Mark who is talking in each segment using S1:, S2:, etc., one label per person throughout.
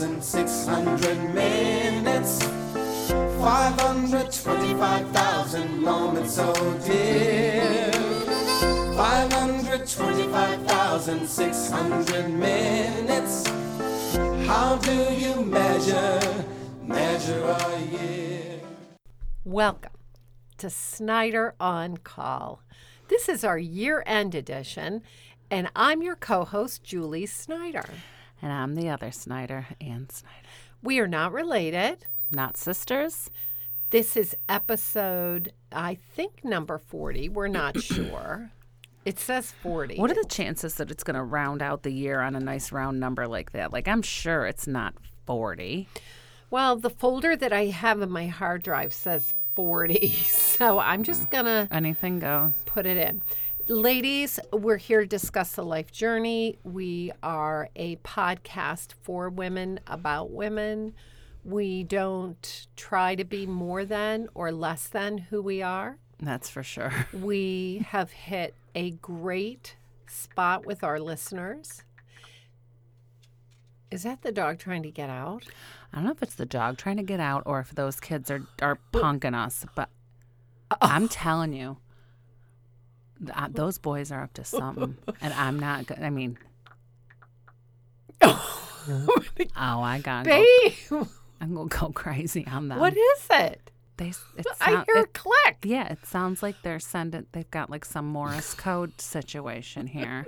S1: 525,600 minutes. 525,000 moments, oh dear. 525,600 minutes. How do you measure, measure a year?
S2: Welcome to Snyder on Call. This is our year end edition, and I'm your co host, Julie Snyder.
S3: And I'm the other Snyder, Ann Snyder.
S2: We are not related.
S3: Not sisters?
S2: This is episode, I think, number 40. We're not sure. It says 40.
S3: What are the chances that it's going to round out the year on a nice round number like that? Like, I'm sure it's not 40.
S2: Well, the folder that I have in my hard drive says 40. So I'm just going to
S3: Anything goes.
S2: put it in. Ladies, we're here to discuss the life journey. We are a podcast for women about women. We don't try to be more than or less than who we are.
S3: That's for sure.
S2: We have hit a great spot with our listeners. Is that the dog trying to get out?
S3: I don't know if it's the dog trying to get out or if those kids are, are punking us, but I'm telling you, th- uh, those boys are up to something. And I'm not good. I mean, oh, I got to
S2: Babe,
S3: I'm going to go crazy on them.
S2: what is it?
S3: They, s- it
S2: I
S3: sound-
S2: hear a
S3: it
S2: click.
S3: Yeah, it sounds like they're sending. They've got like some Morse code situation here.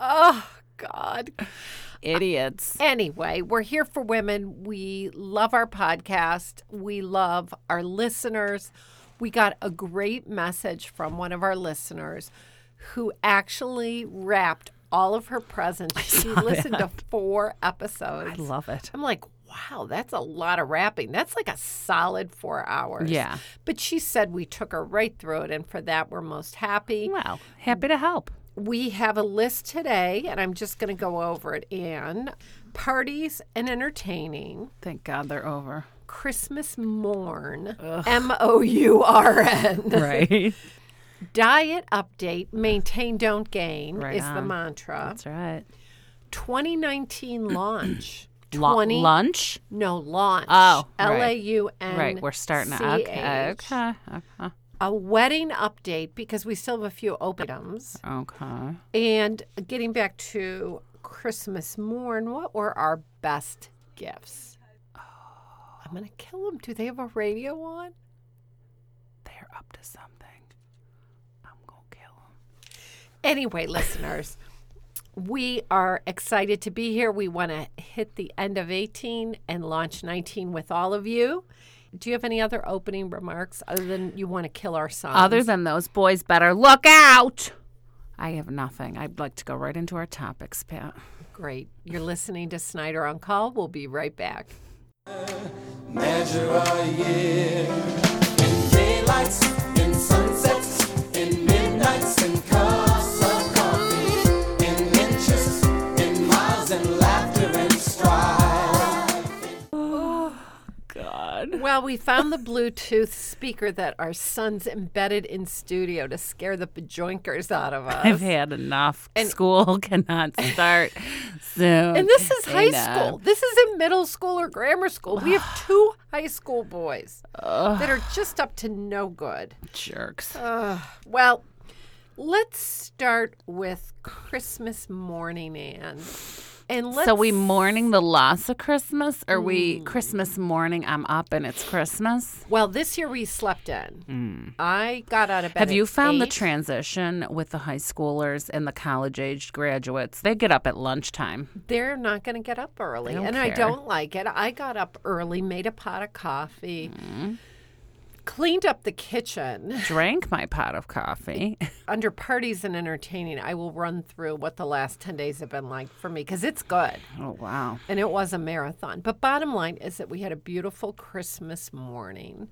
S2: Oh, God.
S3: Idiots.
S2: Anyway, we're here for women. We love our podcast. We love our listeners. We got a great message from one of our listeners who actually wrapped all of her presents. She listened to four episodes.
S3: I love it.
S2: I'm like, wow, that's a lot of rapping. That's like a solid four hours.
S3: Yeah.
S2: But she said we took her right through it, and for that, we're most happy.
S3: Well, happy to help.
S2: We have a list today, and I'm just going to go over it. And parties and entertaining,
S3: Thank God they're over.
S2: Christmas morn, M O U R N.
S3: Right.
S2: Diet update, maintain, don't gain
S3: Right
S2: is the
S3: on.
S2: mantra.
S3: That's right.
S2: 2019 launch.
S3: Lu-
S2: 20
S3: lunch.
S2: No, launch.
S3: Oh, right.
S2: L A U N.
S3: Right. We're starting. To, okay. uh-huh,
S2: C H.
S3: Okay. Okay.
S2: A wedding update because we still have a few open items.
S3: Okay.
S2: And getting back to Christmas morn, what were our best gifts? Oh, I'm going to kill them. Do they have a radio on?
S3: They're up to something. I'm gonna kill them.
S2: Anyway, listeners, we are excited to be here. We want to hit the end of 18 and launch 19 with all of you. Do you have any other opening remarks other than you want to kill our sons?
S3: Other than those boys, better look out. I have nothing. I'd like to go right into our topics, Pat.
S2: Great. You're listening to Snyder on Call. We'll be right back.
S1: measure a year. In daylights, in sunsets, in midnights, in cups of coffee, in inches, in miles, in laughter and strife.
S3: God.
S2: Well, we found the Bluetooth speaker that our sons embedded in studio to scare the bajoinkers out of us.
S3: I've had enough. School cannot start soon.
S2: and this is high
S3: Enough.
S2: school. This isn't middle school or grammar school. We have two high school boys that are just up to no good.
S3: Jerks.
S2: Well, let's start with Christmas morning, Anne. And let's Hmm.
S3: so we mourning the loss of Christmas, or we Christmas morning? I'm up and it's Christmas.
S2: well this year we slept in. I got out of bed.
S3: Mm. Have
S2: at
S3: you found the
S2: eight.
S3: transition with the high schoolers and the college-aged graduates? They get up at lunchtime.
S2: they're not going to get up early
S3: don't
S2: and i
S3: care.
S2: don't like it i got up early made a pot of coffee cleaned up the kitchen
S3: Drank my pot of coffee.
S2: under parties and entertaining i will run through what the last 10 days have been like for me because it's good
S3: oh wow.
S2: and it was a marathon but bottom line is that we had a beautiful christmas morning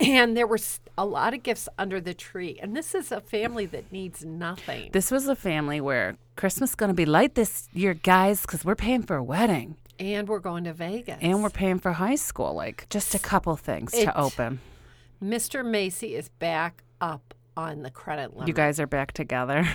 S2: and there were s- a lot of gifts under the tree and this is a family that needs nothing
S3: This was a family where Christmas gonna be light this year, guys, because we're paying for a wedding
S2: and we're going to vegas
S3: and we're paying for high school. Like just a couple things
S2: It-
S3: to open.
S2: mr macy is
S3: Um,
S2: back up on the credit limit
S3: You guys are back together.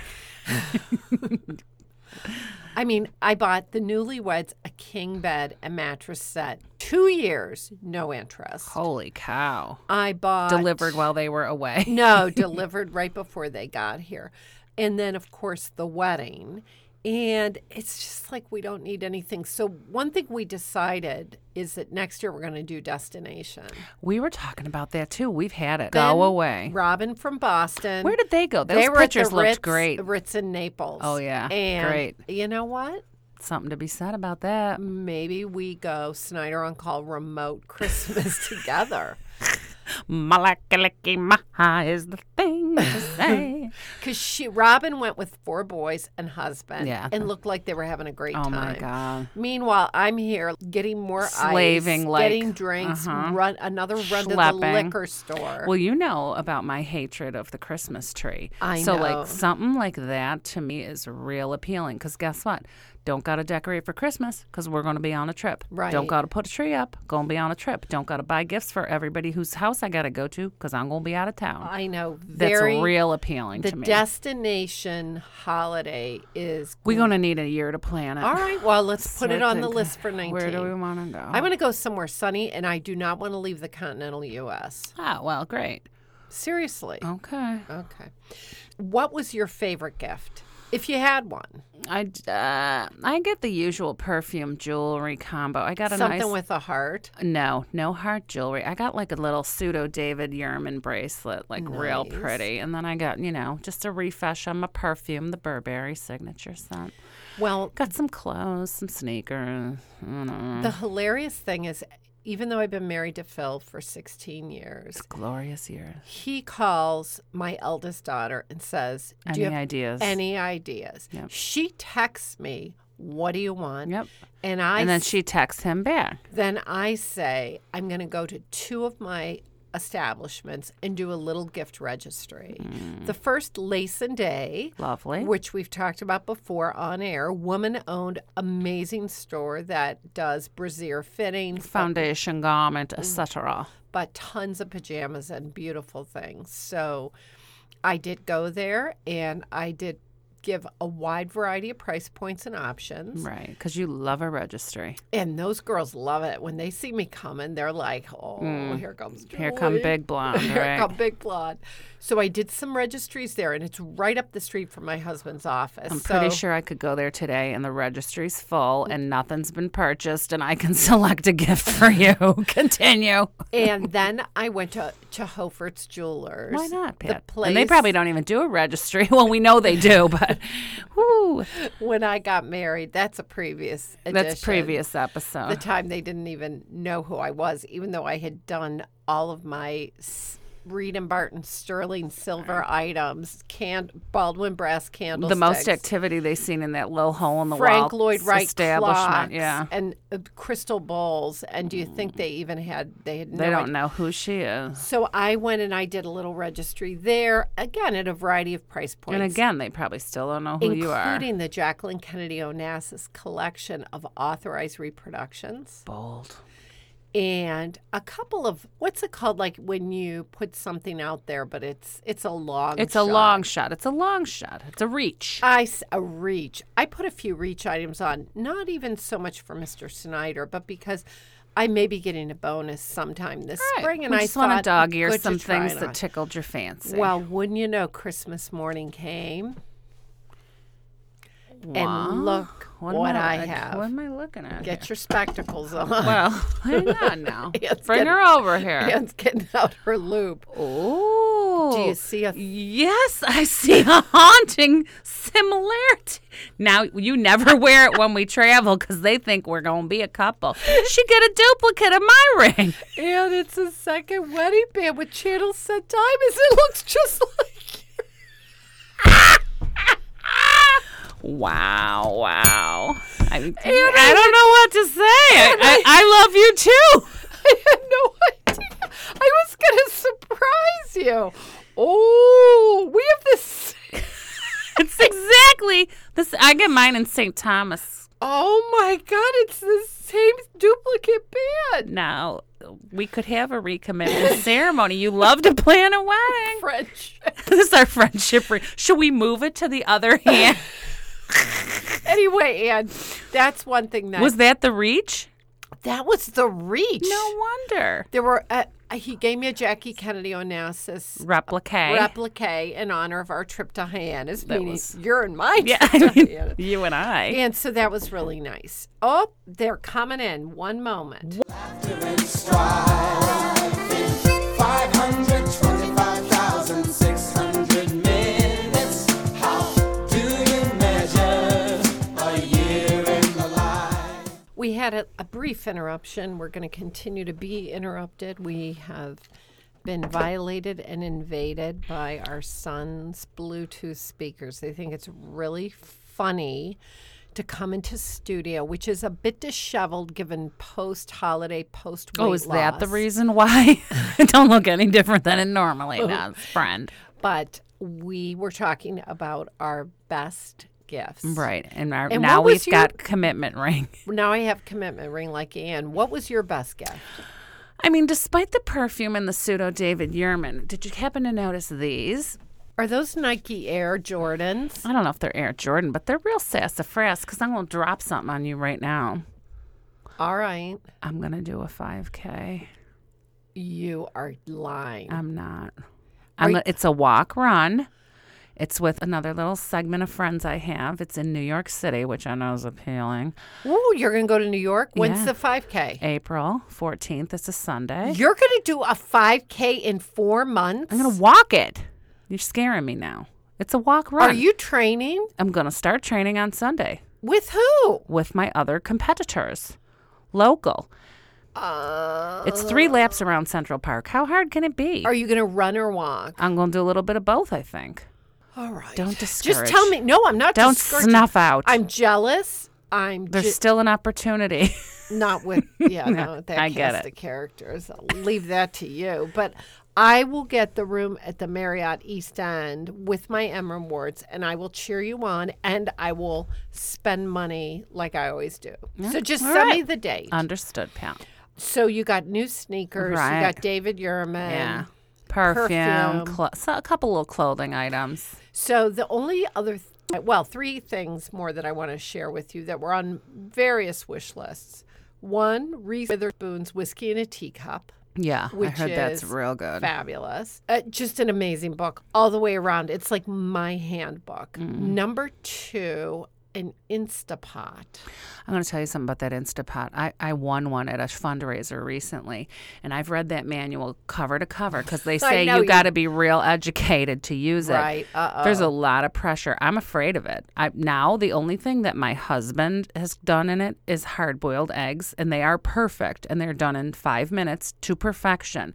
S2: I mean, I bought the newlyweds a king bed and mattress set. Two years, no interest.
S3: Holy cow.
S2: I bought
S3: Delivered while they were away.
S2: No, delivered right before they got here. And then, of course, the wedding. And it's just like we don't need anything. So, one thing we decided is that next year we're going to do destination.
S3: We were talking about that too. We've had it.
S2: Ben
S3: Go away.
S2: Robin from Boston.
S3: Where did they go? Those
S2: they were at the
S3: pictures looked
S2: Ritz-
S3: great.
S2: Ritz in Naples.
S3: Oh, yeah.
S2: And
S3: Great.
S2: You know what?
S3: Something to be said about that.
S2: Maybe we go Snyder on call remote Christmas together.
S3: Malakaliki maha is the thing to say.
S2: Because she, Robin went with four boys and husband,
S3: Yeah.
S2: and looked like they were having a great
S3: oh
S2: time.
S3: my god.
S2: Meanwhile, I'm here getting more
S3: Slaving,
S2: ice,
S3: like,
S2: getting drinks,
S3: uh-huh.
S2: run another run to the
S3: Schlepping.
S2: liquor store.
S3: Well, you know about my hatred of the Christmas tree.
S2: I
S3: so
S2: know.
S3: like something like that to me is real appealing cuz guess what? Don't got to decorate for Christmas cuz we're going to be on a trip.
S2: Right.
S3: Don't got to put a tree up. Going to be on a trip. Don't got to buy gifts for everybody whose house I got to go to cuz I'm going to be out of town.
S2: I know
S3: That's
S2: Uh, very
S3: real appealing
S2: the
S3: to me.
S2: destination holiday is.
S3: We're going to need a year to plan it.
S2: All right, well, let's put it
S3: Start
S2: on the
S3: thinking,
S2: list for 19.
S3: Where do we want to go?
S2: I want to go somewhere sunny, and I do not want to leave the continental U.S.
S3: Ah, well, great.
S2: Seriously.
S3: Okay.
S2: Okay. What was your favorite gift, if you had one?
S3: I, d- uh, I get the usual perfume jewelry combo. I got a
S2: Something
S3: nice
S2: with a heart.
S3: no, no heart jewelry. I got like a little pseudo David Yerman bracelet, like real pretty, and then I got you know just a refresh on my perfume, the Burberry signature scent.
S2: Well,
S3: Got some clothes, some sneakers. I don't know.
S2: the hilarious thing is, even though I've been married to Phil for 16 years,
S3: Glorious year.
S2: he calls my eldest daughter and says, Do
S3: Any
S2: you have
S3: ideas?
S2: any ideas?
S3: Yep.
S2: She texts me, What do you want?
S3: Yep.
S2: And I
S3: and then she texts him back.
S2: then I say, I'm going to go to two of my establishments and do a little gift registry.
S3: Mm.
S2: The first, Lace and Day,
S3: Lovely.
S2: which we've talked about before on air, woman owned, amazing store that does brassiere fittings,
S3: Foundation garment,
S2: Mm.
S3: etc.
S2: but tons of pajamas and beautiful things. So I did go there and I did give a wide variety of price points and options.
S3: Right, because you love a registry.
S2: And those girls love it. When they see me coming, they're like, oh, here comes Julie.
S3: Mm. Here come big blonde,
S2: Here
S3: right?
S2: come big blonde. So I did some registries there, and it's right up the street from my husband's office.
S3: I'm
S2: so
S3: pretty sure I could go there today and the registry's full and nothing's been purchased and I can select a gift for you. Continue.
S2: and then I went to, to Hofert's Jewelers.
S3: Why not,
S2: The
S3: Pat?
S2: place
S3: And they probably don't even do a registry. Well, we know they do, but whew,
S2: when I got married. That's a previous edition.
S3: that's previous uh-huh.
S2: The
S3: episode.
S2: time they didn't even know who I was, even though I had done all of my s- Reed and Barton sterling silver items, can- Baldwin brass candles.
S3: The most activity they've seen in that little hole in the wall
S2: Frank Lloyd
S3: s-
S2: Wright
S3: establishment.
S2: clocks
S3: Yeah. Mm.
S2: and uh, crystal bowls. And do you think they even had? They had. No
S3: They
S2: idea.
S3: don't know who she is.
S2: So I went and I did a little registry there again at a variety of price points.
S3: And again, they probably still don't know who you are.
S2: including the Jacqueline Kennedy Onassis collection of authorized reproductions
S3: Bold.
S2: and a couple of what's it called like when you put something out there but it's it's a long
S3: It's
S2: shot.
S3: a long shot. It's a long shot. It's a reach.
S2: I s- a reach. I put a few reach items on, not even so much for Mr. Snyder, but because I may be getting a bonus sometime this
S3: Right.
S2: spring, and
S3: we
S2: I
S3: just want
S2: thought,
S3: to dog ear
S2: good to
S3: some
S2: try
S3: things
S2: it on.
S3: that tickled your fancy.
S2: well, wouldn't you know? Christmas morning came,
S3: Wow.
S2: and look what,
S3: am
S2: I
S3: like,
S2: have.
S3: What am I looking at?
S2: Get
S3: here?
S2: your spectacles on.
S3: well, hang on now.
S2: It's
S3: Bring
S2: getting-
S3: her over here.
S2: Anne's getting out her loop.
S3: Oh,
S2: Do you see a?
S3: Yes, I see a haunting similarity. Now you never wear it when we travel because they think we're gonna be a couple. She get a duplicate of my ring.
S2: And it's a second wedding band with channel set diamonds. It looks just like.
S3: Wow, wow. I, I don't know what to say. I, I, I love you too.
S2: I had no idea. I was going to surprise you. Oh, we have this.
S3: It's exactly this. I get mine in St. Thomas.
S2: Oh my God, it's the same duplicate band.
S3: Now we could have a recommitment ceremony. You love to plan a wedding.
S2: French.
S3: This is our friendship. Re- Should we move it to the other hand?
S2: anyway, and that's one thing that
S3: Was that the reach?
S2: that was the reach.
S3: No wonder.
S2: There were uh, he gave me a Jackie Kennedy Onassis
S3: Replicate.
S2: replique in honor of our trip to Hyannis, meaning
S3: was-
S2: you're in my
S3: yeah,
S2: trip
S3: I
S2: to
S3: mean,
S2: Hyannis.
S3: you and I.
S2: And so that was really nice. Oh, they're coming in. One moment.
S1: and strife in 525,600 minutes. How do you measure a year in the life?
S2: We had a, a brief interruption. We're going to continue to be interrupted. We have been violated and invaded by our son's Bluetooth speakers. They think it's really funny to come into studio, which is a bit disheveled given post holiday, post
S3: Oh, is that the reason why? it don't look any different than it normally
S2: Oh.
S3: does, friend.
S2: But we were talking about our best gifts.
S3: Right. And, our,
S2: And
S3: now
S2: what
S3: we've
S2: was your-
S3: got commitment ring.
S2: Now I have commitment ring like Anne. What was your best gift?
S3: I mean, despite the perfume and the pseudo David Yurman, did you happen to notice these?
S2: Are those Nike Air Jordans?
S3: I don't know if they're Air Jordan, but they're real sassafras because I'm going to drop something on you right now.
S2: All right.
S3: I'm going to do a 5K.
S2: You are lying.
S3: I'm not. I'm gonna- it's a walk run. It's with another little segment of friends I have. It's in New York City, which I know is appealing.
S2: Ooh, you're going to go to New York? When's
S3: Yeah.
S2: the 5K?
S3: April 14th. It's a Sunday.
S2: You're going to do a 5K in four months?
S3: I'm going to walk it. You're scaring me now. It's a walk run.
S2: Are you training?
S3: I'm going to start training on Sunday
S2: With who?
S3: with my other competitors, local.
S2: Uh,
S3: It's three laps around Central Park. How hard can it be?
S2: are you going to run or walk?
S3: I'm going to do a little bit of both, I think.
S2: All right.
S3: Don't
S2: Just
S3: discourage.
S2: tell me. No, I'm not
S3: Don't
S2: discouraging.
S3: snuff out.
S2: I'm jealous. I'm
S3: There's
S2: ju-
S3: still an opportunity.
S2: not with yeah no, that
S3: I
S2: cast
S3: get it.
S2: of characters I'll leave that to you but i will get the room at the marriott east end with my emma wards and i will cheer you on and i will spend money like i always do so just
S3: all
S2: send me
S3: right. Uh,
S2: the date
S3: Understood, pal.
S2: so you got new sneakers you
S3: Right.
S2: got david Yurman.
S3: Yeah. Perfume,
S2: Perfume.
S3: Cl- so a couple little clothing items.
S2: So the only other, th- well, three things more that I want to share with you that were on various wish lists. One, Reese Witherspoon's whiskey in a teacup.
S3: Yeah,
S2: Which
S3: I heard
S2: is
S3: that's real good.
S2: fabulous. Uh, just an amazing book all the way around. It's like my handbook. Number two, an Instapot.
S3: I'm going to tell you something about that Instapot. I, I won one at a fundraiser recently, and I've read that manual cover to cover because they say
S2: know
S3: you
S2: you-
S3: got to be real educated to use it.
S2: Right, uh-oh.
S3: There's a lot of pressure. I'm afraid of it. I now the only thing that my husband has done in it is hard boiled eggs, and they are perfect, and they're done in five minutes to perfection.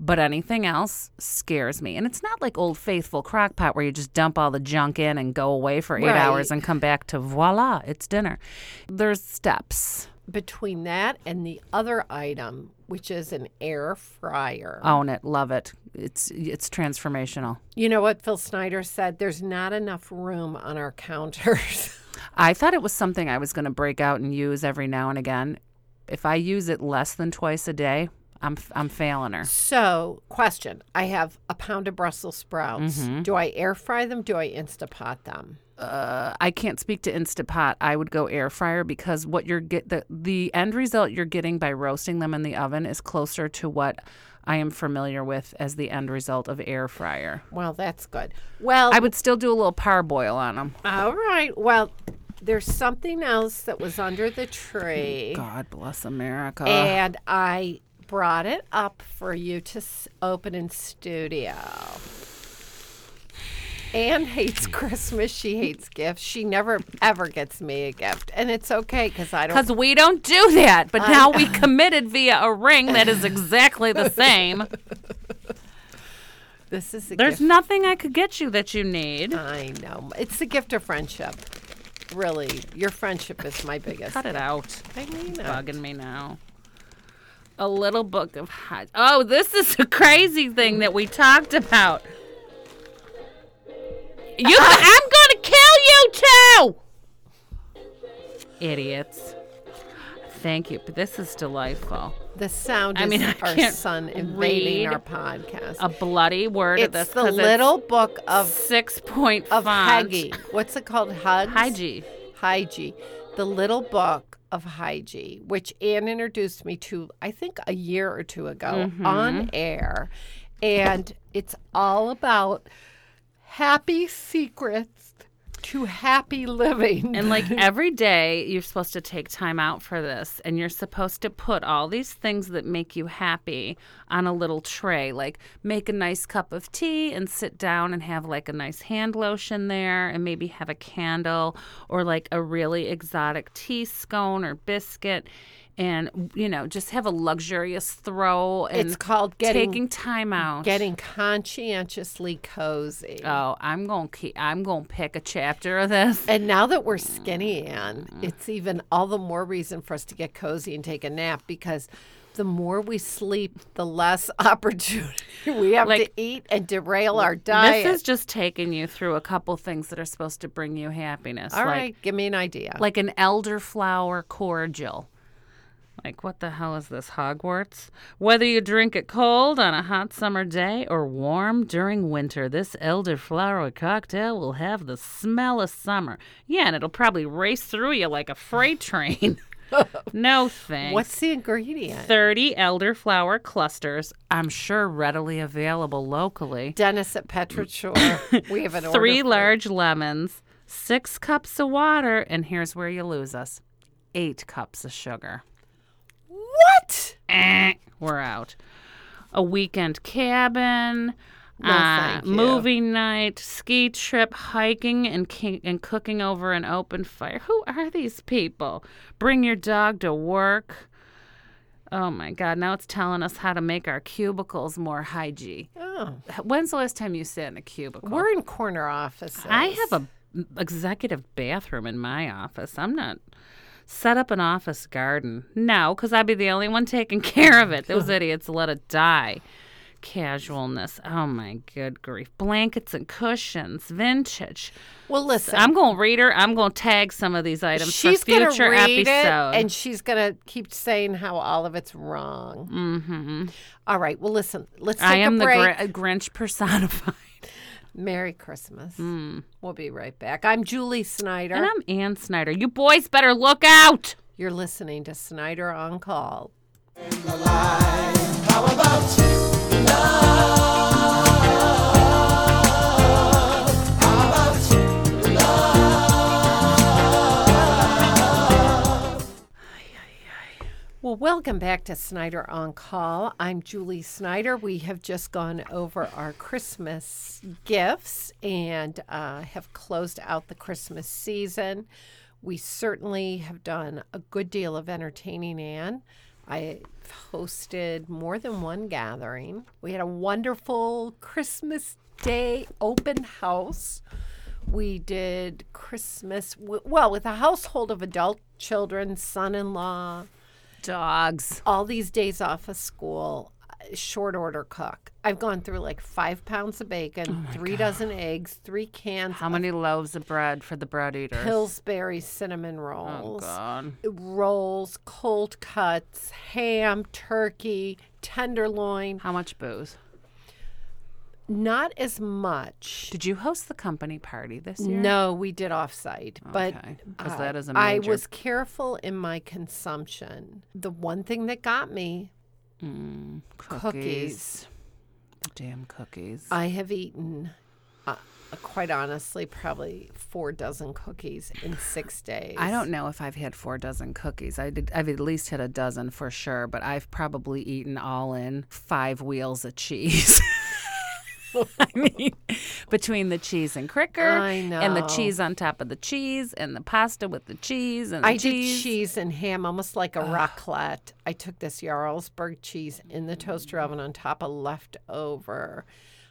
S3: But anything else scares me. And it's not like old faithful crock pot where you just dump all the junk in and go away for eight
S2: Right.
S3: hours and come back to voila, it's dinner. There's steps.
S2: Between that and the other item, which is an air fryer.
S3: Own it, love it. It's it's transformational.
S2: You know what Phil Snyder said? There's not enough room on our counters.
S3: I thought it was something I was going to break out and use every now and again. If I use it less than twice a day, I'm I'm failing her.
S2: so, question I have a pound of Brussels sprouts. Do I air fry them? Do I Instapot them?
S3: Uh, I can't speak to Instapot. I would go air fryer because what you're get the the end result you're getting by roasting them in the oven is closer to what I am familiar with as the end result of air fryer.
S2: Well, that's good. Well,
S3: I would still do a little parboil on them.
S2: All right. Well, there's something else that was under the tree,
S3: God bless America.
S2: and I brought it up for you to s- open in studio. Anne hates Christmas. She hates gifts. She never ever gets me a gift, and it's okay because I don't.
S3: Because we don't do that. But now we committed via a ring that is exactly the same.
S2: This is a
S3: There's
S2: gift.
S3: nothing I could get you that you need.
S2: I know it's the gift of friendship. Really, your friendship is my biggest.
S3: Cut it out.
S2: I mean, it.
S3: Bugging me now. A little book of hot. Oh, this is a crazy thing that we talked about. You, I'm gonna kill you too, idiots. Thank you, but this is delightful.
S2: The sound is
S3: I mean, I
S2: our
S3: can't
S2: son invading
S3: read
S2: our podcast.
S3: A bloody word of this.
S2: it's the
S3: 'cause
S2: little book
S3: it's
S2: of
S3: six point
S2: of
S3: font.
S2: Hygge. What's it called? Hugs.
S3: Hygie.
S2: Hygie. The little book of Hygie, which Anne introduced me to, I think a year or two ago
S3: Mm-hmm.
S2: on air, and it's all about happy secrets to happy living.
S3: And like every day, you're supposed to take time out for this, and you're supposed to put all these things that make you happy on a little tray. Like make a nice cup of tea and sit down and have like a nice hand lotion there, and maybe have a candle or like a really exotic tea scone or biscuit. And you know, just have a luxurious throw and
S2: It's called getting-
S3: taking time out.
S2: Getting conscientiously cozy.
S3: oh, I'm gonna keep. I'm gonna pick a chapter of this.
S2: And now that we're skinny, Anne,
S3: Mm-hmm.
S2: it's even all the more reason for us to get cozy and take a nap because the more we sleep, the less opportunity we have
S3: Like-
S2: to eat and derail our
S3: This
S2: diet.
S3: is just taking you through a couple things that are supposed to bring you happiness.
S2: all
S3: like,
S2: right, give me an idea.
S3: Like an elderflower cordial. Like, what the hell is this, Hogwarts? Whether you drink it cold on a hot summer day or warm during winter, this elderflower cocktail will have the smell of summer. Yeah, and it'll probably race through you like a freight train. no thanks.
S2: What's the ingredient?
S3: 30 elderflower clusters, I'm sure readily available locally.
S2: Dennis at Petra Shore. we have an order
S3: three
S2: for-
S3: large lemons, six cups of water, and here's where you lose us eight cups of sugar.
S2: What?
S3: Eh, We're out. A weekend cabin, uh,
S2: No, thank you.
S3: movie night, ski trip, hiking, and, ki- and cooking over an open fire. Who are these people? Bring your dog to work. Oh my God, now it's telling us how to make our cubicles more hygiene.
S2: Oh,
S3: When's the last time you sat in a cubicle?
S2: we're in corner offices.
S3: I have a m- executive bathroom in my office. I'm not set up an office garden. No, because I'd be the only one taking care of it. Those idiots let it die. Casualness. Oh my good grief. Blankets and cushions. Vintage.
S2: Well, listen.
S3: I'm gonna read her. I'm gonna tag some of these items
S2: she's
S3: for
S2: gonna
S3: future
S2: read
S3: episodes.
S2: it and she's gonna keep saying how all of it's wrong. Mm-hmm. right. Well, listen. Let's take
S3: I am
S2: a
S3: the
S2: break.
S3: Gr- Grinch personified.
S2: Merry Christmas. We'll be right back. I'm Julie Snyder.
S3: And I'm Ann Snyder. You boys better look out.
S2: You're listening to Snyder on Call.
S1: How about love? How about
S2: Well, welcome back to Snyder on Call. I'm Julie Snyder. We have just gone over our Christmas gifts and uh, have closed out the Christmas season. We certainly have done a good deal of entertaining, Anne. I hosted more than one gathering. We had a wonderful Christmas Day open house. We did Christmas, w- well, with a household of adult children, son in law
S3: Dogs.
S2: all these days off of school, uh, short order cook. I've gone through like five pounds of bacon, three dozen eggs, three cans
S3: Oh How many loaves of bread for the bread eaters?
S2: Pillsbury cinnamon rolls,
S3: Oh, God.
S2: rolls, cold cuts, ham, turkey, tenderloin.
S3: How much booze?
S2: Not as much.
S3: Did you host the company party this year?
S2: No, we did offsite, but
S3: Okay, 'cause that is a
S2: I
S3: major-
S2: was careful in my consumption. The one thing that got me cookies.
S3: The damn cookies.
S2: I have eaten, uh, quite honestly, probably four dozen cookies in six days.
S3: I don't know if I've had four dozen cookies. I did, I've at least had a dozen for sure, but I've probably eaten all in five wheels of cheese. I mean, between the cheese and cricker,
S2: I
S3: and the
S2: know.
S3: cheese on top of the cheese, and the pasta with the cheese, and the
S2: I did
S3: cheese.
S2: cheese and ham, almost like a raclette. I took this Jarlsberg cheese in the toaster oven on top of leftover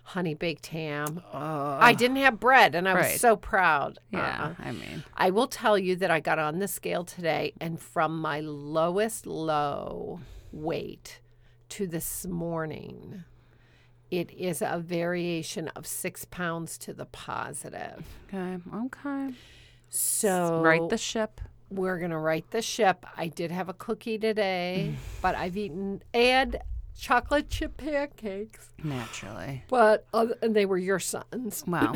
S2: honey baked ham. I didn't have bread, and I
S3: Right.
S2: was so proud.
S3: Yeah,
S2: Uh-uh.
S3: I mean,
S2: I will tell you that I got on the scale today, and from my lowest low weight to this morning, it is a variation of six pounds to the positive.
S3: okay, okay.
S2: So
S3: right the ship.
S2: we're going to right the ship. I did have a cookie today, but I've eaten and chocolate chip pancakes.
S3: naturally.
S2: But other, and they were your son's.
S3: Wow.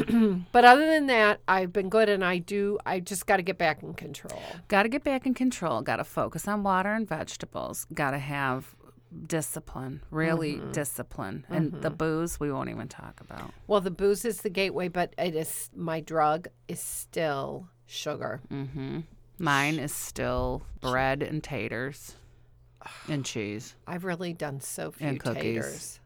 S2: But other than that, I've been good and I do I just got to get back in control.
S3: Got to get back in control. Got to focus on water and vegetables. Got to have discipline, really discipline. And the booze, we won't even talk about.
S2: Well, the booze is the gateway, but it is my drug is still sugar.
S3: Mm. Mine is still bread and taters and cheese.
S2: I've really done so few
S3: And cookies.
S2: taters.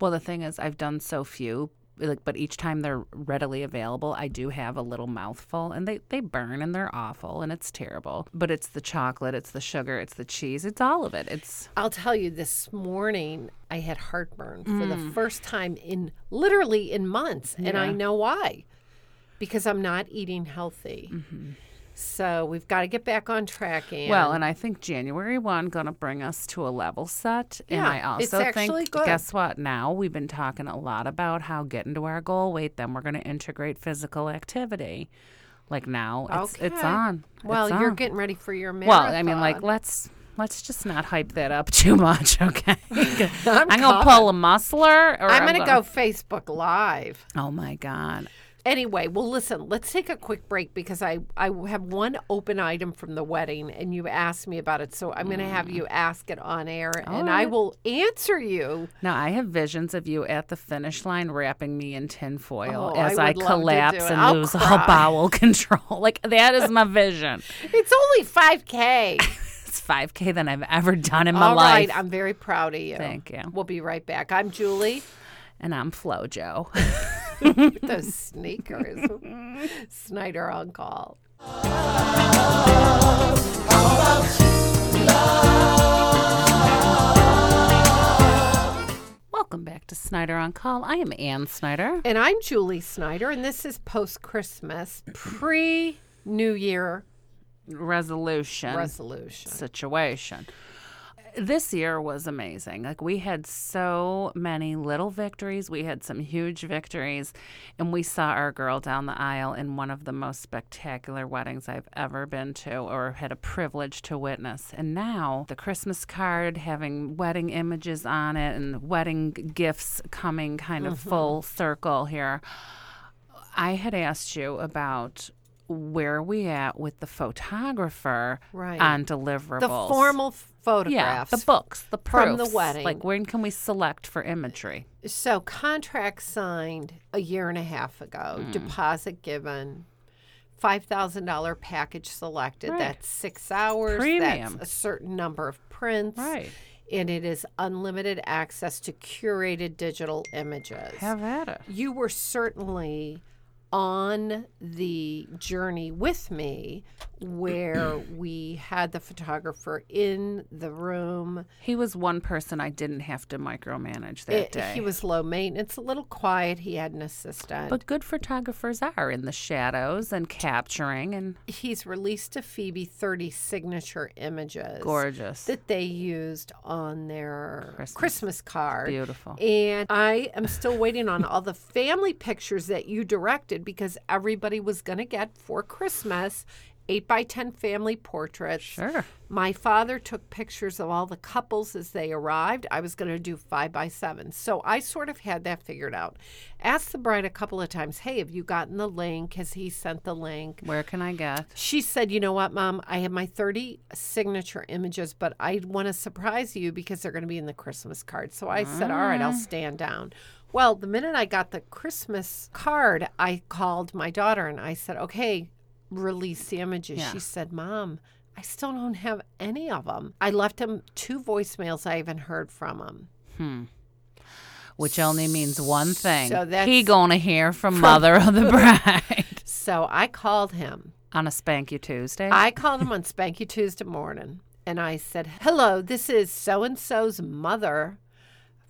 S3: Well, the thing is, I've done so few. Like, but each time they're readily available, I do have a little mouthful, and they they burn and they're awful and it's terrible. But it's the chocolate, it's the sugar, it's the cheese, it's all of it. It's
S2: I'll tell you this morning I had heartburn for
S3: Mm.
S2: the first time in literally in months and I know why. Because I'm not eating healthy. So we've got to get back on track and
S3: Mm-hmm. Well, and I think January 1 going to bring us to a level set. and
S2: Yeah,
S3: I
S2: it's
S3: also
S2: actually
S3: think,
S2: good.
S3: guess what? Now we've been talking a lot about how getting to our goal weight, then we're going to integrate physical activity. Like now it's, it's
S2: Okay.
S3: on.
S2: well,
S3: It's
S2: you're
S3: on.
S2: getting ready for your
S3: Well,
S2: marathon.
S3: I mean, like, let's. Let's just not hype that up too much, okay?
S2: I'm
S3: gonna pull a muscler, or
S2: I'm going to go Facebook Live.
S3: Oh my god!
S2: Anyway, well, listen, let's take a quick break because I, I have one open item from the wedding and you asked me about it. So I'm going to have you ask it on air and I
S3: Mm. right.
S2: will answer you.
S3: Now I have visions of you at the finish line wrapping me in tinfoil
S2: Oh, I
S3: as I,
S2: would love to do
S3: collapse
S2: it.
S3: and
S2: I'll
S3: lose
S2: cry.
S3: all bowel control. Like that is my vision.
S2: It's only 5K.
S3: It's 5K than I've ever done in my
S2: All
S3: life.
S2: right, I'm very proud of you.
S3: Thank you.
S2: We'll be right back. I'm Julie.
S3: and I'm Flojo.
S2: Those sneakers. Snyder on call.
S3: Welcome back to Snyder on Call. I am Ann Snyder.
S2: And I'm Julie Snyder, and this is post Christmas, pre New Year
S3: Resolution
S2: resolution.
S3: situation. This year was amazing. Like we had so many little victories. We had some huge victories and we saw our girl down the aisle in one of the most spectacular weddings I've ever been to or had a privilege to witness. And now the Christmas card having wedding images on it and wedding gifts coming kind of
S2: Mm-hmm.
S3: full circle here. I had asked you about where we at with the photographer
S2: Right.
S3: on deliverables.
S2: The formal
S3: yeah,
S2: photographs.
S3: the books, the
S2: from
S3: proofs
S2: the wedding.
S3: Like when can we select for imagery?
S2: So contract signed a year and a half ago,
S3: Hmm.
S2: deposit given, five thousand dollar package selected.
S3: Right.
S2: That's six hours.
S3: Premium.
S2: That's a certain number of prints.
S3: Right.
S2: And it is unlimited access to curated digital images.
S3: Have at it.
S2: you were certainly on the journey with me where we had the photographer in the room.
S3: He was one person I didn't have to micromanage that
S2: It-
S3: day.
S2: he was low maintenance, a little quiet. He had an assistant.
S3: but good photographers are in the shadows and capturing and
S2: he's released to Phoebe 30 signature images
S3: gorgeous.
S2: that they used on their Christmas,
S3: Christmas.
S2: card.
S3: Beautiful.
S2: And I am still waiting on all the family pictures that you directed because everybody was going to get for Christmas 8 by 10 family portraits.
S3: Sure.
S2: My father took pictures of all the couples as they arrived. I was going to do five by seven. So I sort of had that figured out. Asked the bride a couple of times, hey, have you gotten the link? Has he sent the link?
S3: Where can I get?
S2: She said, You know what, Mom? I have my 30 signature images, but I want to surprise you because they're going to be in the Christmas card. So I said, All right, I'll stand down. Well, the minute I got the Christmas card, I called my daughter and I said, Okay, release the images.
S3: Yeah.
S2: She said, Mom, I still don't have any of them. I left him two voicemails I haven't heard from him.
S3: Which only means one thing.
S2: So that's-
S3: he gonna hear from mother of the bride
S2: So I called him.
S3: on a Spank You Tuesday.
S2: I called him on Spanky Tuesday morning and I said, Hello, this is so and so's mother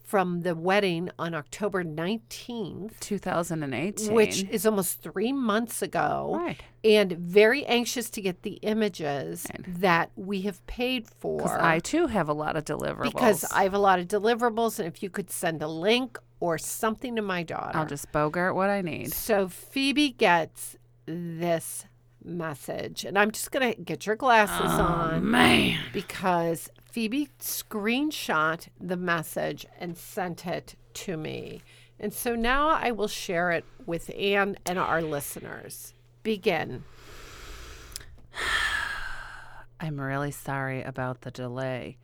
S2: from the wedding on October 19th,
S3: 2018.
S2: which is almost three months ago,
S3: Right.
S2: and very anxious to get the images that we have paid
S3: Because
S2: for
S3: I too have a lot of deliverables.
S2: because I have a lot of deliverables. And if you could send a link or something to my daughter.
S3: I'll just bogart what I need.
S2: So Phoebe gets this message. And I'm just going to get your glasses
S3: Oh,
S2: on
S3: Man.
S2: because Phoebe screenshot the message and sent it to me. And so now I will share it with Anne and our listeners. Begin.
S3: I'm really sorry about the delay.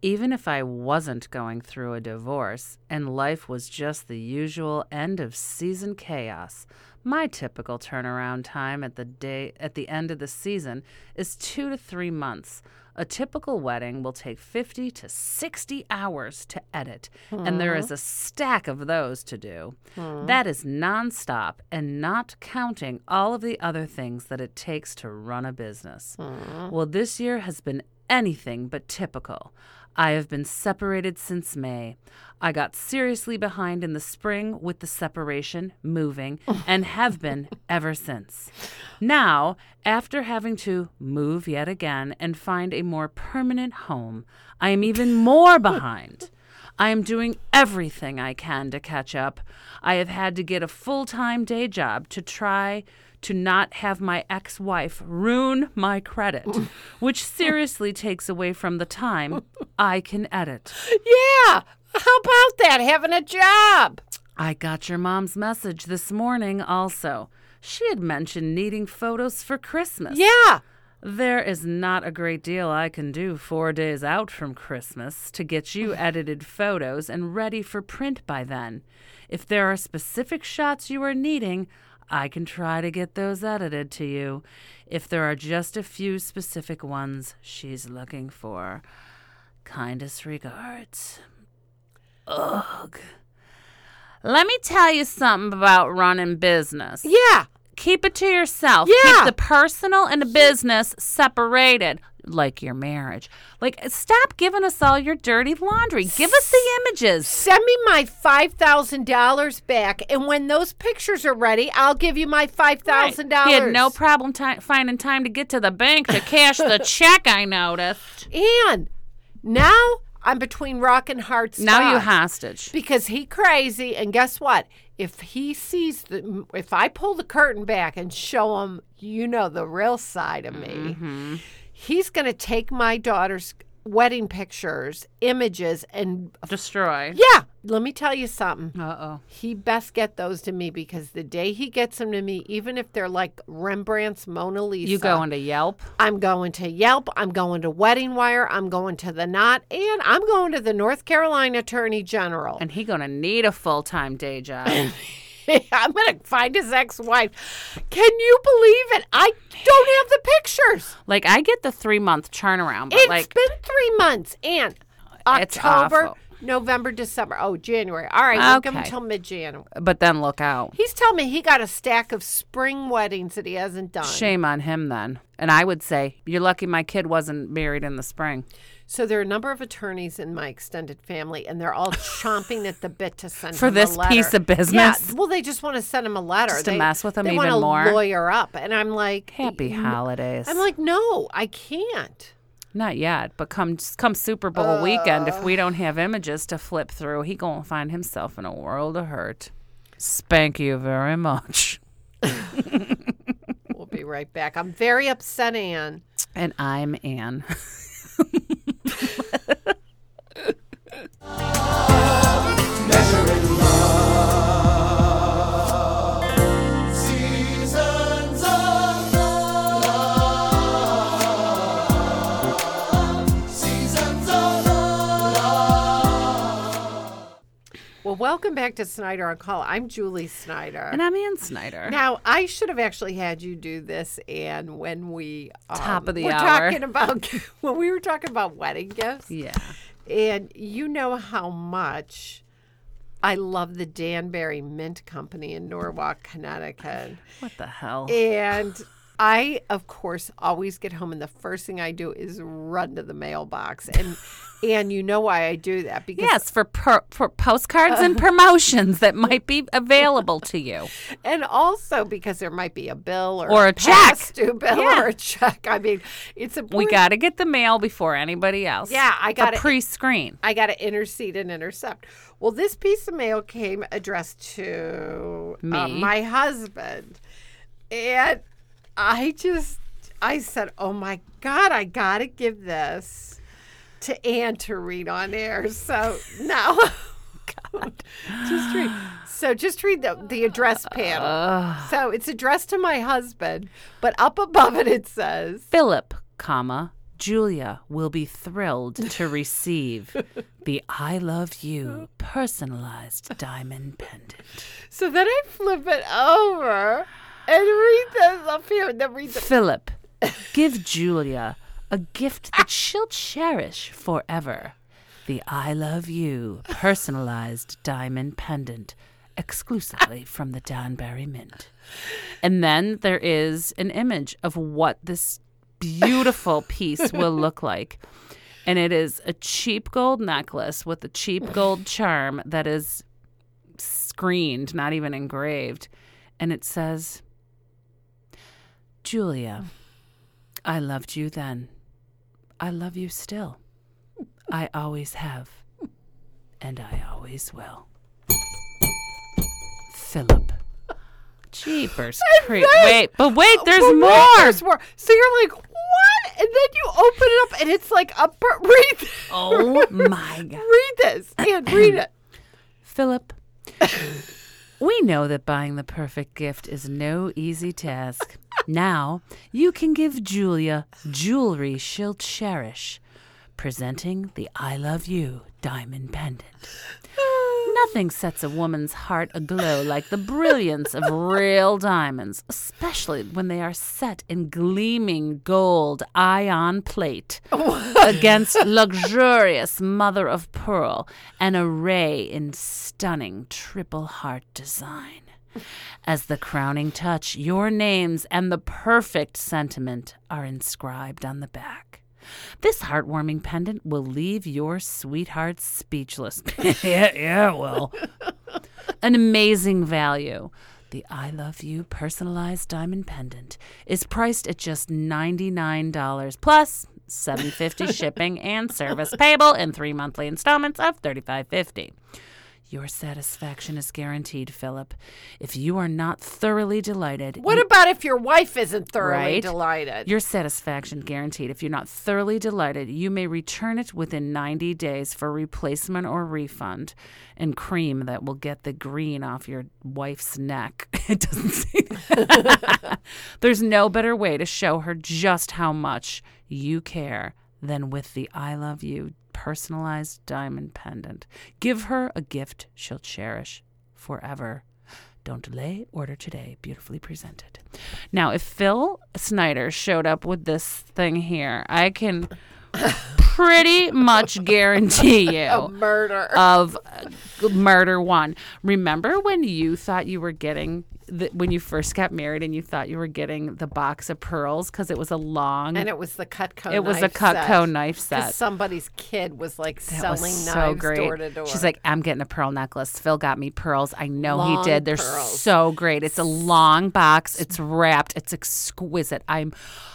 S3: Even if I wasn't going through a divorce and life was just the usual end of season chaos, my typical turnaround time at the day at the end of the season is 2 to 3 months. A typical wedding will take 50 to 60 hours to edit, and there is a stack of those to do. That is nonstop and not counting all of the other things that it takes to run a business. Well, this year has been anything but typical. I have been separated since May. I got seriously behind in the spring with the separation, moving, and have been ever since. Now, after having to move yet again and find a more permanent home, I am even more behind. I am doing everything I can to catch up. I have had to get a full time day job to try to not have my ex wife ruin my credit, which seriously takes away from the time I can edit.
S2: Yeah. How about that? Having a job.
S3: I got your mom's message this morning also. She had mentioned needing photos for Christmas.
S2: Yeah.
S3: There is not a great deal I can do four days out from Christmas to get you edited photos and ready for print by then. If there are specific shots you are needing, I can try to get those edited to you. If there are just a few specific ones she's looking for. Kindest regards. Ugh. Let me tell you something about running business
S2: Yeah.
S3: keep it to yourself.
S2: Yeah.
S3: Keep the personal and the business separated. Like your marriage. Like, stop giving us all your dirty laundry. Give us the images.
S2: Send me my $5,000 back. And when those pictures are ready, I'll give you my $5,000.
S3: He had no problem ti- finding time to get to the bank to cash the check, I noticed.
S2: And now I'm between rock and hard spot.
S3: Now you hostage.
S2: because he crazy and guess what if he sees the if i pull the curtain back and show him you know the real side of me
S3: Mm-hmm.
S2: he's going to take my daughter's wedding pictures images and
S3: Destroy.
S2: yeah let me tell you something
S3: Uh oh.
S2: he best get those to me because the day he gets them to me even if they're like rembrandt's mona lisa
S3: You go into Yelp.
S2: I'm going to Yelp. I'm going to Wedding Wire. I'm going to The Knot. And I'm going to the North Carolina Attorney General.
S3: And he gonna need a full time day job.
S2: I'm going to find his ex wife. Can you believe it? I don't have the pictures.
S3: like I get the three month turnaround, but
S2: It's
S3: like
S2: been three months and
S3: It's
S2: October,
S3: awful.
S2: November, December. Oh, January. All right, we'll give him
S3: Okay.
S2: till mid January.
S3: but then look out.
S2: He's telling me he got a stack of spring weddings that he hasn't done.
S3: Shame on him then. And I would say, you're lucky my kid wasn't married in the spring.
S2: So there are a number of attorneys in my extended family, and they're all chomping at the bit to send
S3: For
S2: him
S3: this
S2: a letter.
S3: piece of business?
S2: Yeah, well, they just want to send him a letter
S3: to
S2: They-
S3: mess with him
S2: they
S3: even
S2: wanna
S3: more?
S2: Lawyer up, and I'm like,
S3: Happy holidays.
S2: I'm like, no, I can't.
S3: Not yet, but come come Super Bowl weekend, if we don't
S2: Uh.
S3: have images to flip through, he gonna find himself in a world of hurt. Spank you very much.
S2: We'll be right back. I'm very upset, Anne.
S3: And I'm Anne.
S1: measuring love. Seasons of love. Seasons of love.
S2: Well, welcome back to Snyder on Call. I'm Julie Snyder.
S3: And I'm Ann Snyder.
S2: now, I should have actually had you do this, Anne, when we um,
S3: Top of the
S2: were
S3: hour.
S2: talking about when we were talking about wedding gifts.
S3: yeah.
S2: And you know how much I love the Danbury Mint Company in Norwalk, Connecticut.
S3: What the hell?
S2: And I, of course, always get home and the first thing I do is run to the mailbox. And and you know why I do that because
S3: yes, for, per, for postcards and promotions that might be available to you.
S2: and also because there might be a bill or,
S3: Or a check.
S2: past due bill
S3: Yeah.
S2: or a check. I mean, it's important.
S3: We got to get the mail before anybody else.
S2: Yeah, I gotta-
S3: to pre screen.
S2: I got to intercede and intercept. Well, this piece of mail came addressed to uh,
S3: Me.
S2: my husband, and I just, I said, oh my God, I got to give this to Anne to read on air. So now, God, just read. So just read the, the address panel. so it's addressed to my husband, but up above it, it says,
S3: Philip, comma, Julia will be thrilled to receive the I love you personalized diamond pendant.
S2: so then I flip it over and read this up here and then read the
S3: Philip, give Julia a gift that she'll cherish forever. The I love you personalized diamond pendant exclusively from the Danbury Mint. And then there is an image of what this beautiful piece will look like. And it is a cheap gold necklace with a cheap gold charm that is screened, not even engraved. And it says, Julia, I loved you then. I love you still. I always have. And I always will. Philip. Jeepers. Creep. Wait, but wait, there's
S2: Oh, But wait,
S3: more.
S2: there's more. So you're like, what? And then you open it up and it's like a per- read th-
S3: Oh my God.
S2: read this and read it.
S3: Philip, we know that buying the perfect gift is no easy task. Now, you can give Julia jewelry she'll cherish, presenting the I Love You diamond pendant. Nothing sets a woman's heart aglow like the brilliance of real diamonds, especially when they are set in gleaming gold ion plate against luxurious mother of pearl and array in stunning triple heart design. As the crowning touch, your names and the perfect sentiment are inscribed on the back. This heartwarming pendant will leave your sweetheart speechless. yeah, yeah, it will. An amazing value. The I Love You personalized diamond pendant is priced at just $99 plus 750 shipping and service payable in 3 monthly installments of 35.50. Your satisfaction is guaranteed, Philip. If you are not thoroughly delighted,
S2: What about if your wife isn't thoroughly
S3: Right?
S2: delighted?
S3: your satisfaction guaranteed. If you're not thoroughly delighted, you may return it within 90 days for replacement or refund and cream that will get the green off your wife's neck. It doesn't say that. There's no better way to show her just how much you care than with the I love you personalized diamond pendant. Give her a gift she'll cherish forever. Don't delay. Order today. Beautifully presented. Now, if Phil Snyder showed up with this thing here, I can pretty much guarantee
S2: a
S3: you
S2: murder.
S3: of uh, murder one. Remember when you thought you were getting the, when you first got married and you thought you were getting the box of pearls because it was a long.
S2: and it was the Cutco.
S3: it was a
S2: knife set.
S3: Cutco knife set.
S2: Because somebody's kid was like
S3: That
S2: selling
S3: was
S2: knives
S3: so great.
S2: door to door.
S3: She's like, I'm getting a pearl necklace. Phil got me pearls. I know
S2: Long
S3: he did. They're
S2: pearls.
S3: so great. It's a long box. It's wrapped. It's exquisite. I'm,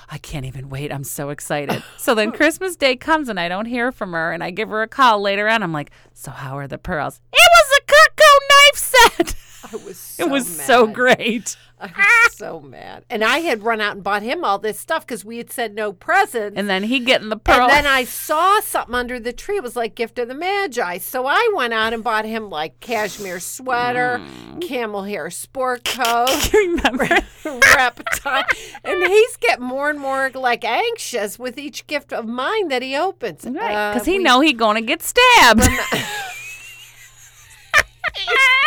S3: I can't even wait. I'm so excited. so then Christmas Day comes and I don't hear from her, and I give her a call later on. I'm like, so how are the pearls? It was a Cutco knife set.
S2: I was so
S3: it was so
S2: mad.
S3: great.
S2: I was so mad. And I had run out and bought him all this stuff because we had said no presents.
S3: And then he getting the pearl.
S2: And then I saw something under the tree. It was like gift of the magi. So I went out and bought him like cashmere sweater,
S3: Mm.
S2: camel hair sport coat,
S3: remember.
S2: reptile. And he's getting more and more like anxious with each gift of mine that he opens.
S3: Right, because
S2: Uh,
S3: he
S2: we-
S3: know he gonna get stabbed.
S2: he's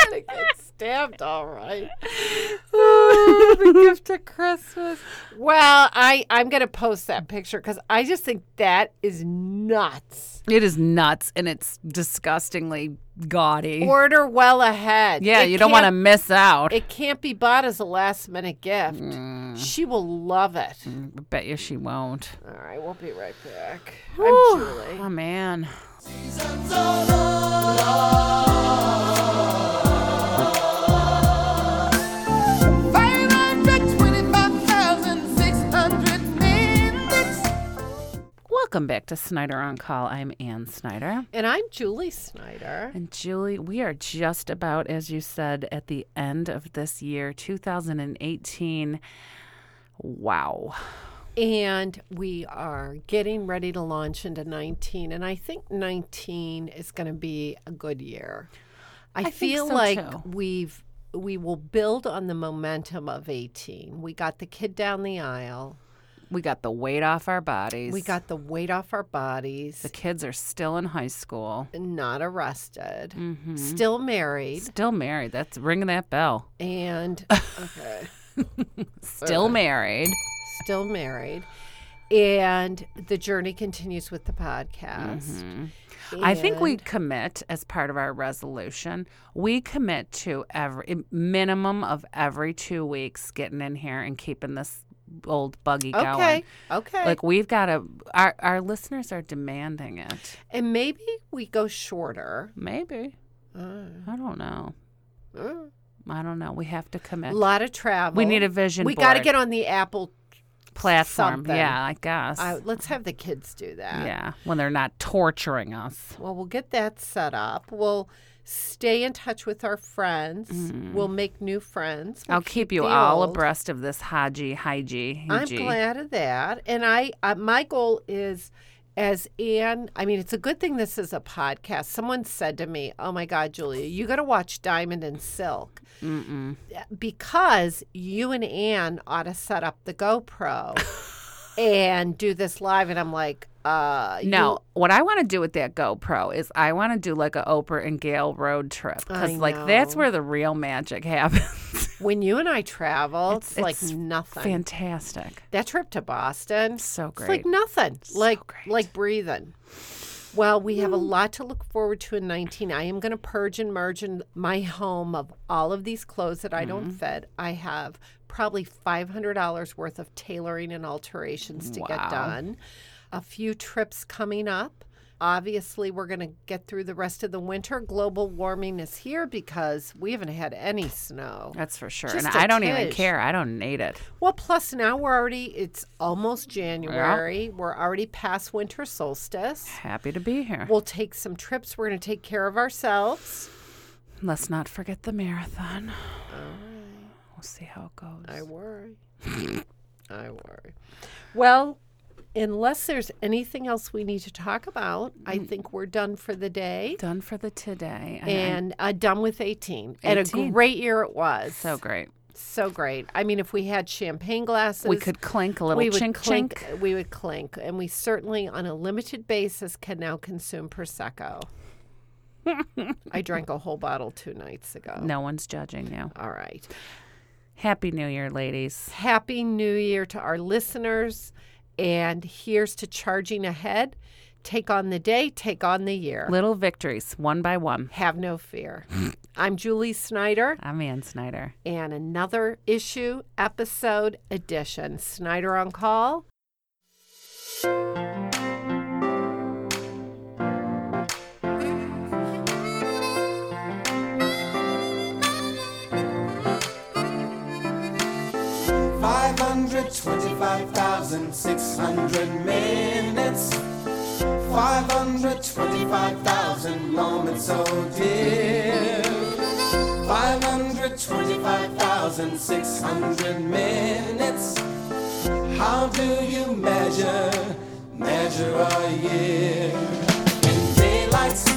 S2: gonna get stabbed all right. Oh, the gift of Christmas. Well, I I'm gonna post that picture because I just think that is nuts.
S3: It is nuts and it's disgustingly gaudy.
S2: Order well ahead.
S3: Eh. yeah,
S2: It
S3: you don't want to
S2: can't-
S3: miss out.
S2: It can't be bought as a last minute gift.
S3: Mm.
S2: She will love it.
S3: Bet you she won't.
S2: All right, we'll be right back.
S3: Whew.
S2: I'm Julie.
S3: Oh man.
S1: Seasons of love. 525,600 minutes.
S3: Welcome back to Snyder on Call. I'm Ann Snyder.
S2: And I'm Julie Snyder.
S3: And Julie, we are just about, as you said, at the end of this year, 2018. Wow.
S2: And we are getting ready to launch into 19. And I think 19 is going to be a good year. I,
S3: think
S2: feel
S3: so,
S2: like
S3: too.
S2: we've we will build on the momentum of 18. We got the kid down the aisle.
S3: We got the weight off our bodies.
S2: We got the weight off our bodies.
S3: the kids are still in high school.
S2: Not arrested.
S3: Mm-hmm.
S2: Still married.
S3: Still married. That's ringing that bell.
S2: And okay.
S3: Still married.
S2: still married. And the journey continues with the podcast.
S3: Mm-hmm. I think we
S2: And-
S3: commit as part of our resolution. We commit to every minimum of every two weeks getting in here and keeping this old buggy
S2: Okay.
S3: going.
S2: Okay.
S3: Like we've got to. Our our listeners are demanding it.
S2: and maybe we go shorter.
S3: Maybe I don't know. I don't know. We have to
S2: Mm. A
S3: commit.
S2: lot of travel.
S3: We need a vision.
S2: We got to
S3: board
S2: get on the Apple.
S3: platform.
S2: something.
S3: Yeah, I guess.
S2: Uh, let's have the kids do that.
S3: yeah, when they're not torturing us.
S2: Well, we'll get that set up. We'll stay in touch with our friends.
S3: Mm-hmm.
S2: We'll make new friends. We'll
S3: I'll keep you
S2: the
S3: all
S2: old.
S3: abreast of this Haji, Haji,
S2: I'm
S3: Haji.
S2: glad of that. And I, uh, my goal is, as Anne, I mean, it's a good thing this is a podcast. Someone said to me, "Oh my God, Julia, you got to watch Diamond and Silk because you and Anne ought to set up the GoPro and do this live." And I'm like, uh, you-
S3: No, what I want to do with that GoPro is I want to do like a Oprah and Gail road trip because
S2: I
S3: like that's
S2: know.
S3: where the real magic happens.
S2: when you and I travel,
S3: It's-
S2: it's, like
S3: it's
S2: nothing.
S3: Fantastic.
S2: that trip to Boston,
S3: So
S2: It's like
S3: great.
S2: nothing. like
S3: great. Mm.
S2: like breathing. Well, we have a lot to look forward to in 19. I am going to purge and merge in my home of all of these clothes that I
S3: Mm-hmm.
S2: don't fit. I have probably $500 worth of tailoring and alterations to
S3: Wow.
S2: get done. A few trips coming up. Obviously, we're going to get through the rest of the winter. Global warming is here because we haven't had any snow.
S3: That's for sure.
S2: Just
S3: and
S2: a
S3: I don't even
S2: tish.
S3: care. I don't need it.
S2: Well, plus now we're already, it's almost January. We're already past winter solstice.
S3: Happy to be here.
S2: We'll take some trips. We're going to take care of ourselves.
S3: Let's not forget the marathon. We'll see how it goes.
S2: I worry. I worry. Well, unless there's anything else we need to talk about, I
S3: Mm.
S2: think we're done for the day
S3: Done for the today. And, I'm
S2: and uh, done with 18. And a
S3: 18.
S2: great year it was.
S3: so great.
S2: so great. I mean, if we had champagne glasses,
S3: We could clink a little
S2: we would
S3: chink
S2: clink,
S3: chink.
S2: We would clink, and we certainly, on a limited basis, can now consume prosecco. I drank a whole bottle two nights ago.
S3: No one's judging you.
S2: All right.
S3: Happy New Year, ladies.
S2: Happy New Year to our listeners, and here's to charging ahead. Take on the day, take on the year.
S3: Little victories, one by one.
S2: Have no fear. I'm Julie Snyder,
S3: I'm Ann Snyder.
S2: and another issue, episode, edition. Snyder on call.
S1: Five hundred twenty-five thousand six hundred minutes. Five hundred twenty-five thousand moments, oh dear. Five hundred twenty-five thousand six hundred minutes. How do you measure, measure a year? In daylight,